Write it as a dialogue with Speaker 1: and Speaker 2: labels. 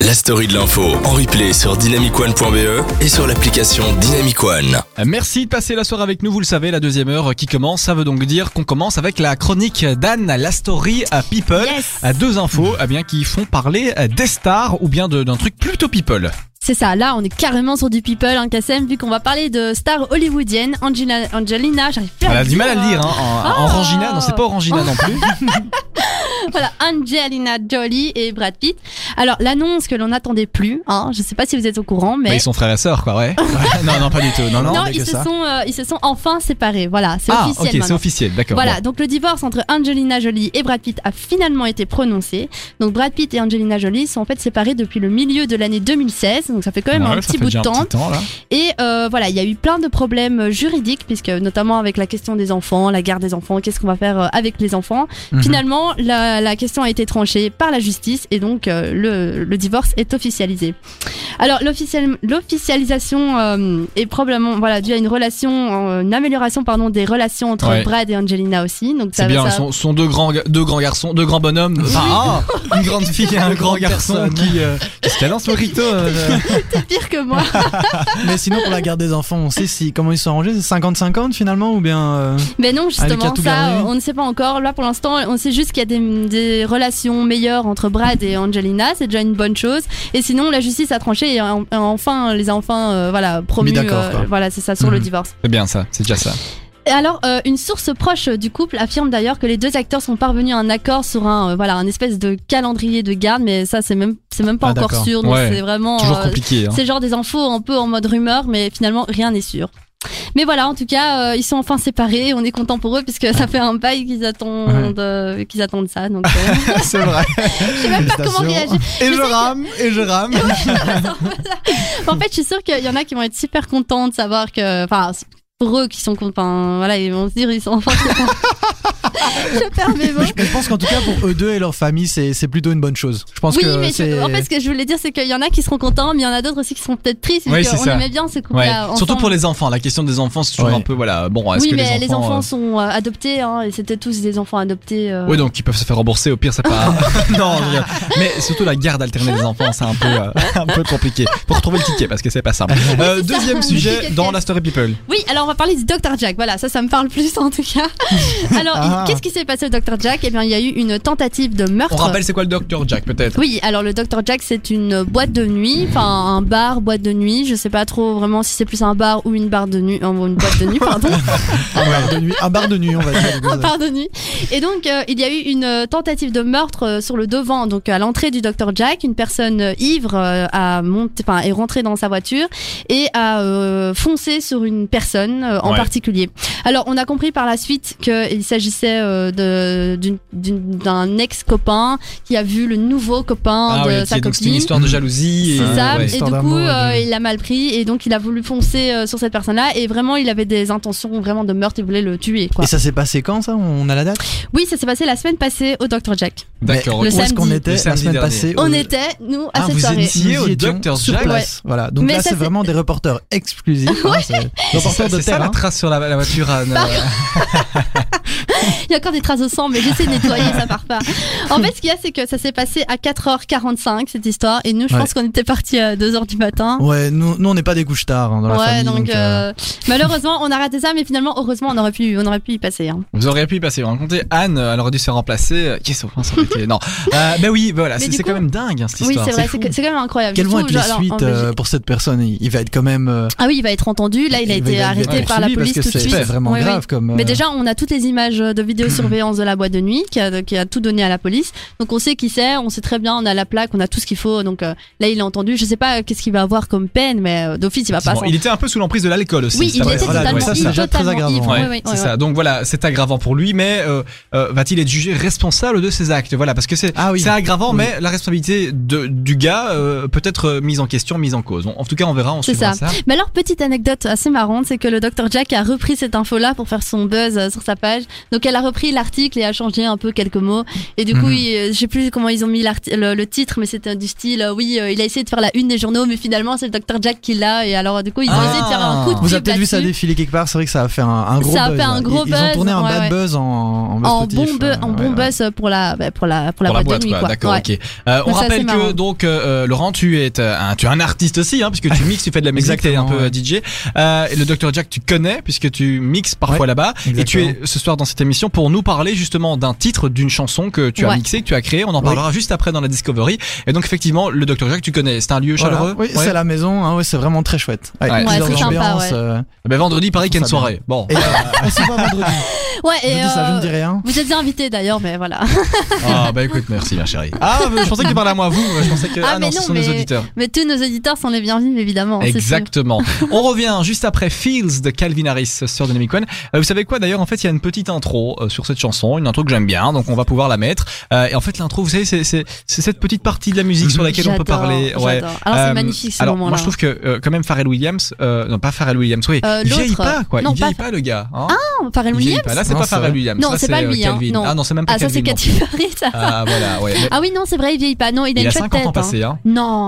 Speaker 1: la story de l'info en replay sur dynamicone.be E et sur l'application Dynamicone.
Speaker 2: Merci de passer la soirée avec nous. Vous le savez, la deuxième heure qui commence, ça veut donc dire qu'on commence avec la chronique d'Anne, la story à People.
Speaker 3: Yes.
Speaker 2: À Deux infos eh bien, qui font parler euh, des stars ou bien de- d'un truc plutôt People.
Speaker 3: C'est ça, là on est carrément sur du people, hein, Kassem, vu qu'on va parler de stars hollywoodiennes, Angela- Angelina, j'arrive plus
Speaker 2: Elle
Speaker 3: à
Speaker 2: a
Speaker 3: le
Speaker 2: du mal à le dire, hein,
Speaker 3: Ah.
Speaker 2: en, en Orangina. Non, c'est pas Orangina non plus.
Speaker 3: Voilà, Angelina Jolie et Brad Pitt. Alors l'annonce que l'on n'attendait plus, hein, je sais pas si vous êtes au courant, mais...
Speaker 2: Bah, ils sont frères et sœurs, quoi, ouais. Ouais, non, non, pas du tout. Non, non,
Speaker 3: non,
Speaker 2: mais
Speaker 3: ils,
Speaker 2: que
Speaker 3: se
Speaker 2: ça.
Speaker 3: sont, euh, ils se sont enfin séparés, voilà, c'est
Speaker 2: Ah,
Speaker 3: officiel
Speaker 2: ok, c'est
Speaker 3: maintenant.
Speaker 2: officiel, d'accord.
Speaker 3: Voilà,
Speaker 2: bon.
Speaker 3: donc le divorce entre Angelina Jolie et Brad Pitt a finalement été prononcé. Donc Brad Pitt et Angelina Jolie sont en fait séparés depuis le milieu de l'année 2016, donc ça fait quand même
Speaker 2: Ouais,
Speaker 3: un
Speaker 2: ça
Speaker 3: petit
Speaker 2: fait
Speaker 3: bout
Speaker 2: déjà
Speaker 3: de
Speaker 2: un
Speaker 3: temps.
Speaker 2: petit temps, là.
Speaker 3: Et euh, voilà, il y a eu plein de problèmes juridiques, puisque notamment avec la question des enfants, la garde des enfants, qu'est-ce qu'on va faire euh, avec les enfants.
Speaker 2: Mhm.
Speaker 3: Finalement, la, la question a été tranchée par la justice et donc euh, le, le divorce est officialisé. Alors l'officiel- l'officialisation euh, est probablement voilà due à une relation, euh, une amélioration pardon des relations entre
Speaker 2: Ouais.
Speaker 3: Brad et Angelina aussi. Donc ça,
Speaker 2: C'est bien,
Speaker 3: ça-
Speaker 2: ils sont, sont deux, grands, ga- deux grands garçons, deux grands bonhommes. Enfin, ah, une grande fille et un grand garçon qui, euh, qui se lance le rito. euh,
Speaker 3: c'est pire que moi.
Speaker 4: Mais sinon, pour la garde des enfants, on sait si, comment ils sont rangés C'est 50-50 finalement Ou bien. euh,
Speaker 3: Mais non,
Speaker 4: Avec
Speaker 3: justement,
Speaker 4: un tout
Speaker 3: ça,
Speaker 4: gardé.
Speaker 3: on ne sait pas encore. Là, pour l'instant, on sait juste qu'il y a des, des relations meilleures entre Brad et Angelina. C'est déjà une bonne chose. Et sinon, la justice a tranché et en- et enfin, les enfants, euh, voilà, promus.
Speaker 4: Mis d'accord, quoi.
Speaker 3: voilà, c'est ça, sur le
Speaker 2: Mhm.
Speaker 3: divorce.
Speaker 2: C'est bien ça, c'est déjà ça.
Speaker 3: Et alors, euh, une source proche euh, du couple affirme d'ailleurs que les deux acteurs sont parvenus à un accord sur un, euh, voilà, un espèce de calendrier de garde. Mais ça, c'est même, c'est même pas
Speaker 4: Ah,
Speaker 3: encore
Speaker 4: d'accord.
Speaker 3: sûr. Donc,
Speaker 2: Ouais.
Speaker 3: c'est vraiment.
Speaker 2: Toujours
Speaker 3: euh,
Speaker 2: compliqué. hein.
Speaker 3: c'est genre des infos un peu en mode rumeur, mais finalement rien n'est sûr. Mais voilà, en tout cas, euh, ils sont enfin séparés. On est content pour eux puisque ça fait un bail qu'ils attendent, euh, qu'ils attendent ça. Donc, euh,
Speaker 2: C'est vrai.
Speaker 3: je sais même pas comment réagir.
Speaker 4: Félicitations.
Speaker 2: Et
Speaker 3: sais
Speaker 2: je
Speaker 3: que-
Speaker 2: rame, et je rame.
Speaker 3: En fait, je suis sûre qu'il y en a qui vont être super contents de savoir que, enfin, c'est pour eux qui sont contents, voilà, ils vont se dire ils sont enfin contents. je perds mes mots.
Speaker 4: Mais je, mais je pense qu'en tout cas, pour eux deux et leur famille, c'est c'est plutôt une bonne chose. Je pense
Speaker 3: Oui,
Speaker 4: que
Speaker 3: mais je-
Speaker 4: c'est.
Speaker 3: en fait, ce que je voulais dire, c'est qu'il y en a qui seront contents, mais il y en a d'autres aussi qui seront peut-être tristes.
Speaker 2: Oui,
Speaker 3: parce
Speaker 2: c'est
Speaker 3: qu'on
Speaker 2: ça.
Speaker 3: aimait bien ce
Speaker 2: Ouais.
Speaker 3: couple-là.
Speaker 2: Surtout pour les enfants, la question des enfants, c'est toujours
Speaker 4: Ouais.
Speaker 2: un peu voilà. Bon, est-ce
Speaker 3: Oui,
Speaker 2: que
Speaker 3: mais
Speaker 2: les enfants.
Speaker 3: sont euh, adoptés, hein, et c'était tous des enfants adoptés. euh,
Speaker 2: euh, Oui, donc ils peuvent se faire rembourser, au pire, c'est pas. non, je rigole. mais surtout la garde alternée des enfants, c'est un peu, euh, un peu compliqué. Pour retrouver le ticket, parce que c'est pas simple. Euh, deuxième
Speaker 3: Le
Speaker 2: sujet
Speaker 3: ticket de
Speaker 2: dans
Speaker 3: caisse.
Speaker 2: la Story People.
Speaker 3: Oui, alors on va parler du Dr Jack. Voilà, ça, ça me parle plus en tout cas. Alors, il-
Speaker 4: Ah.
Speaker 3: qu'est-ce qui s'est passé au Dr Jack Eh bien, il y a eu une tentative de meurtre.
Speaker 2: On rappelle c'est quoi le Dr Jack, peut-être
Speaker 3: Oui, alors le Dr Jack, c'est une boîte de nuit, enfin un bar, boîte de nuit. Je sais pas trop vraiment si c'est plus un bar ou une barre de nuit, euh, une boîte de nuit, pardon,
Speaker 4: Un bar de nuit, un bar de nuit, on va dire.
Speaker 3: un bar de nuit. Et donc, euh, il y a eu une euh, tentative de meurtre euh, sur le devant, donc à l'entrée du Dr Jack, une personne euh, ivre euh, a monté, enfin est rentrée dans sa voiture et a euh, foncé sur une personne euh, en
Speaker 2: Ouais.
Speaker 3: particulier. Alors, on a compris par la suite qu'il s'agissait euh, de- d'une- d'une- d'un ex-copain qui a vu le nouveau copain
Speaker 2: Ah
Speaker 3: de
Speaker 2: ouais,
Speaker 3: sa
Speaker 2: ok, donc c'est une
Speaker 3: copine.
Speaker 2: histoire de jalousie.
Speaker 3: C'est
Speaker 2: et-
Speaker 3: ça,
Speaker 2: ouais.
Speaker 3: et du
Speaker 4: histoire
Speaker 3: coup,
Speaker 4: d'amour,
Speaker 3: euh,
Speaker 4: de-
Speaker 3: il l'a mal pris et donc il a voulu foncer euh, sur cette personne-là et vraiment il avait des intentions vraiment de meurtre, il voulait le tuer quoi.
Speaker 4: Et ça s'est passé quand ça On a la date
Speaker 3: Oui, ça s'est passé la semaine passée au Dr Jack.
Speaker 2: D'accord.
Speaker 3: Le
Speaker 2: ok.
Speaker 4: Où est-ce qu'on
Speaker 3: samedi.
Speaker 2: Le
Speaker 4: était la
Speaker 2: samedi
Speaker 4: semaine
Speaker 2: dernier.
Speaker 4: passée
Speaker 3: On
Speaker 4: au-
Speaker 3: était nous à
Speaker 2: Ah,
Speaker 3: cette
Speaker 2: vous
Speaker 3: soirée.
Speaker 2: étiez- Lié
Speaker 4: Nous
Speaker 2: au
Speaker 4: y étions
Speaker 2: Dr.
Speaker 4: sur
Speaker 2: Jack.
Speaker 4: place. Voilà. Donc
Speaker 3: Mais
Speaker 4: là,
Speaker 3: ça,
Speaker 4: c'est
Speaker 3: c'est-
Speaker 4: vraiment des reporters exclusifs. hein, c'est-
Speaker 2: C'est
Speaker 4: reporters
Speaker 2: ça,
Speaker 4: de
Speaker 2: c'est ça,
Speaker 4: terrain.
Speaker 2: la trace sur la, la voiture Anne.
Speaker 3: Bah. Il y a encore des traces de sang, mais j'essaie de nettoyer, ça part pas. En fait, ce qu'il y a, c'est que ça s'est passé à 4h45 cette histoire et nous, je
Speaker 4: Ouais.
Speaker 3: pense qu'on était partis à 2h du matin.
Speaker 4: Ouais, nous, nous, on n'est pas des couches tard hein, dans la
Speaker 3: ouais,
Speaker 4: famille.
Speaker 3: donc,
Speaker 4: donc, euh,
Speaker 3: euh, malheureusement, on a raté ça, mais finalement, heureusement, on aurait pu, on aurait pu y passer. hein.
Speaker 2: Vous auriez pu y passer, vous rencontrer Anne, elle aurait dû se remplacer. Euh, hein, Qu'est-ce qu'on pense Non. Euh, ben oui, ben voilà,
Speaker 3: Mais
Speaker 2: c'est
Speaker 3: du
Speaker 2: c'est
Speaker 3: coup-
Speaker 2: quand même dingue hein, cette
Speaker 3: Oui,
Speaker 2: histoire.
Speaker 3: c'est vrai,
Speaker 2: fou.
Speaker 3: c'est que- c'est quand même incroyable.
Speaker 4: Quelles vont
Speaker 3: Surtout,
Speaker 4: être les
Speaker 3: genre, alors, en
Speaker 4: suites euh,
Speaker 3: Belgique-
Speaker 4: pour cette personne il, il va être quand même. euh,
Speaker 3: Ah oui, il va être entendu. Là, il a
Speaker 4: il va
Speaker 3: été
Speaker 4: être
Speaker 3: arrêté
Speaker 4: poursuivi
Speaker 3: par la
Speaker 4: parce
Speaker 3: police
Speaker 4: que
Speaker 3: tout de suite.
Speaker 4: C'est vraiment
Speaker 3: Oui, oui.
Speaker 4: grave comme. euh,
Speaker 3: Mais déjà, on a toutes les images de vidéosurveillance de la boîte de nuit qui a, qui a tout donné à la police. Donc on sait qui c'est, on sait très bien, on a la plaque, on a tout ce qu'il faut. Donc euh, là, il est entendu. Je sais pas euh, qu'est-ce qu'il va avoir comme peine, mais euh, d'office, il va pas.
Speaker 2: Bon,
Speaker 3: s'en-
Speaker 2: il était un peu sous l'emprise de l'alcool aussi.
Speaker 3: Oui,
Speaker 2: c'est
Speaker 3: il
Speaker 2: vrai.
Speaker 3: était
Speaker 2: Voilà,
Speaker 3: totalement,
Speaker 2: ouais, ça,
Speaker 3: il
Speaker 2: ça.
Speaker 3: est
Speaker 4: déjà très
Speaker 3: totalement
Speaker 4: aggravant.
Speaker 3: ivre.
Speaker 2: Ouais,
Speaker 3: Oui, oui,
Speaker 2: c'est
Speaker 3: oui,
Speaker 2: ça.
Speaker 3: oui.
Speaker 2: Donc voilà, c'est aggravant pour lui, mais euh, euh, va-t-il être jugé responsable de ses actes Voilà, parce que c'est
Speaker 4: Ah oui.
Speaker 2: c'est aggravant,
Speaker 4: Oui.
Speaker 2: mais la responsabilité de, du gars euh, peut être euh, mise en question, mise en cause. On- en tout cas, on verra, on
Speaker 3: C'est
Speaker 2: suivra ça.
Speaker 3: ça. Mais alors, petite anecdote assez marrante, c'est que le Dr Jack a repris cette info-là pour faire son buzz euh, sur sa page. Donc Donc elle a repris l'article et a changé un peu quelques mots. Et du coup,
Speaker 4: Mhm.
Speaker 3: il- euh, je sais plus comment ils ont mis l'arti- le, le titre, mais c'était du style, euh, oui, euh, il a essayé de faire la une des journaux, mais finalement c'est le Dr Jack qui l'a. Et alors du coup, ils ont
Speaker 4: Ah.
Speaker 3: essayé de faire un coup de
Speaker 4: Vous
Speaker 3: pub
Speaker 4: avez peut-être vu ça
Speaker 3: là-dessus.
Speaker 4: défiler quelque part, c'est vrai que ça a fait un, un gros
Speaker 3: Ça a
Speaker 4: buzz.
Speaker 3: fait un
Speaker 4: ouais.
Speaker 3: gros
Speaker 4: ils, ils ont tourné
Speaker 3: buzz,
Speaker 4: un bad
Speaker 3: ouais,
Speaker 4: buzz en, en, buzz
Speaker 3: en bon,
Speaker 4: positif,
Speaker 3: buzz,
Speaker 4: euh,
Speaker 3: en
Speaker 4: ouais,
Speaker 3: bon
Speaker 4: ouais.
Speaker 3: buzz pour la, bah, pour la, pour la
Speaker 2: Pour
Speaker 3: boîte de nuit, quoi.
Speaker 2: D'accord,
Speaker 3: Ouais.
Speaker 2: ok. Euh, on
Speaker 3: Donc ça, c'est
Speaker 2: rappelle que
Speaker 3: marrant.
Speaker 2: donc euh, Laurent, tu es euh, un, tu es un artiste aussi, hein, puisque tu mixes, tu fais de la musique, t'es un peu euh, DJ. Euh, et le Dr Jack, tu connais, puisque tu mixes parfois
Speaker 4: Ouais,
Speaker 2: là-bas. Et tu
Speaker 4: exactement.
Speaker 2: es ce soir dans cette émission pour nous parler justement d'un titre, d'une chanson que tu as
Speaker 3: Ouais.
Speaker 2: mixée, que tu as créée. On en parlera juste après dans la Discovery. Et donc effectivement, le Dr Jack, tu connais. C'est un lieu
Speaker 4: Voilà.
Speaker 2: chaleureux.
Speaker 4: Oui,
Speaker 2: Ouais.
Speaker 4: c'est à la maison, hein, ouais, c'est vraiment très chouette.
Speaker 2: Ouais,
Speaker 4: plusieurs
Speaker 3: c'est sympa,
Speaker 4: ambiances,
Speaker 3: ouais.
Speaker 4: euh,
Speaker 2: Ben, vendredi, pareil qu'il y a une
Speaker 4: Ça va
Speaker 2: soirée. Bon.
Speaker 4: Et euh, on se voit vendredi.
Speaker 3: Ouais,
Speaker 4: Je
Speaker 3: et
Speaker 4: dis ça, je
Speaker 3: euh,
Speaker 4: ne dis rien.
Speaker 3: vous êtes invités d'ailleurs, mais voilà.
Speaker 2: Ah bah écoute, merci ma chérie. Ah, je pensais que tu parlais à moi, vous. Je pensais que
Speaker 3: Ah,
Speaker 2: ah non,
Speaker 3: mais
Speaker 2: ce
Speaker 3: non,
Speaker 2: sont nos
Speaker 3: mais-
Speaker 2: auditeurs.
Speaker 3: Mais tous nos auditeurs sont les bienvenus, évidemment. hein, c'est sûr.
Speaker 2: Exactement. On revient juste après Fields de Calvin Harris sur Dynamic One. Euh, vous savez quoi d'ailleurs En fait, il y a une petite intro euh, sur cette chanson, une intro que j'aime bien, donc on va pouvoir la mettre. Euh, et en fait, l'intro, vous savez, c'est c'est- c'est cette petite partie de la musique sur laquelle on peut
Speaker 3: J'adore,
Speaker 2: parler.
Speaker 3: j'adore. Alors c'est
Speaker 2: Euh,
Speaker 3: magnifique ce
Speaker 2: alors,
Speaker 3: moment-là.
Speaker 2: Moi, je trouve que euh, quand même Pharrell Williams, euh, non pas Pharrell Williams, oui,
Speaker 3: Euh,
Speaker 2: il vieillit
Speaker 3: l'autre, euh,
Speaker 2: pas quoi.
Speaker 3: non,
Speaker 2: il vieillit pas,
Speaker 3: pas-
Speaker 2: le gars. Hein
Speaker 3: Ah, Pharrell
Speaker 2: il vieillit
Speaker 3: Williams
Speaker 2: pas. Là, c'est
Speaker 4: Non,
Speaker 2: pas
Speaker 4: c'est
Speaker 2: Pharrell
Speaker 4: vrai.
Speaker 2: Williams.
Speaker 3: Non,
Speaker 2: Là,
Speaker 3: c'est pas
Speaker 2: euh,
Speaker 3: lui, hein.
Speaker 2: Calvin.
Speaker 3: Non.
Speaker 2: Ah non, c'est même pas
Speaker 3: Ah, ça
Speaker 2: Calvin.
Speaker 3: c'est
Speaker 2: non.
Speaker 3: Katy Perry, ça.
Speaker 2: Ah voilà, ouais.
Speaker 3: Ah oui, non, c'est vrai, il vieillit pas. Non, il a
Speaker 2: Il
Speaker 3: une
Speaker 2: a
Speaker 3: chouette
Speaker 2: 50 ans
Speaker 3: tête. hein.
Speaker 2: passé, hein.
Speaker 3: Non.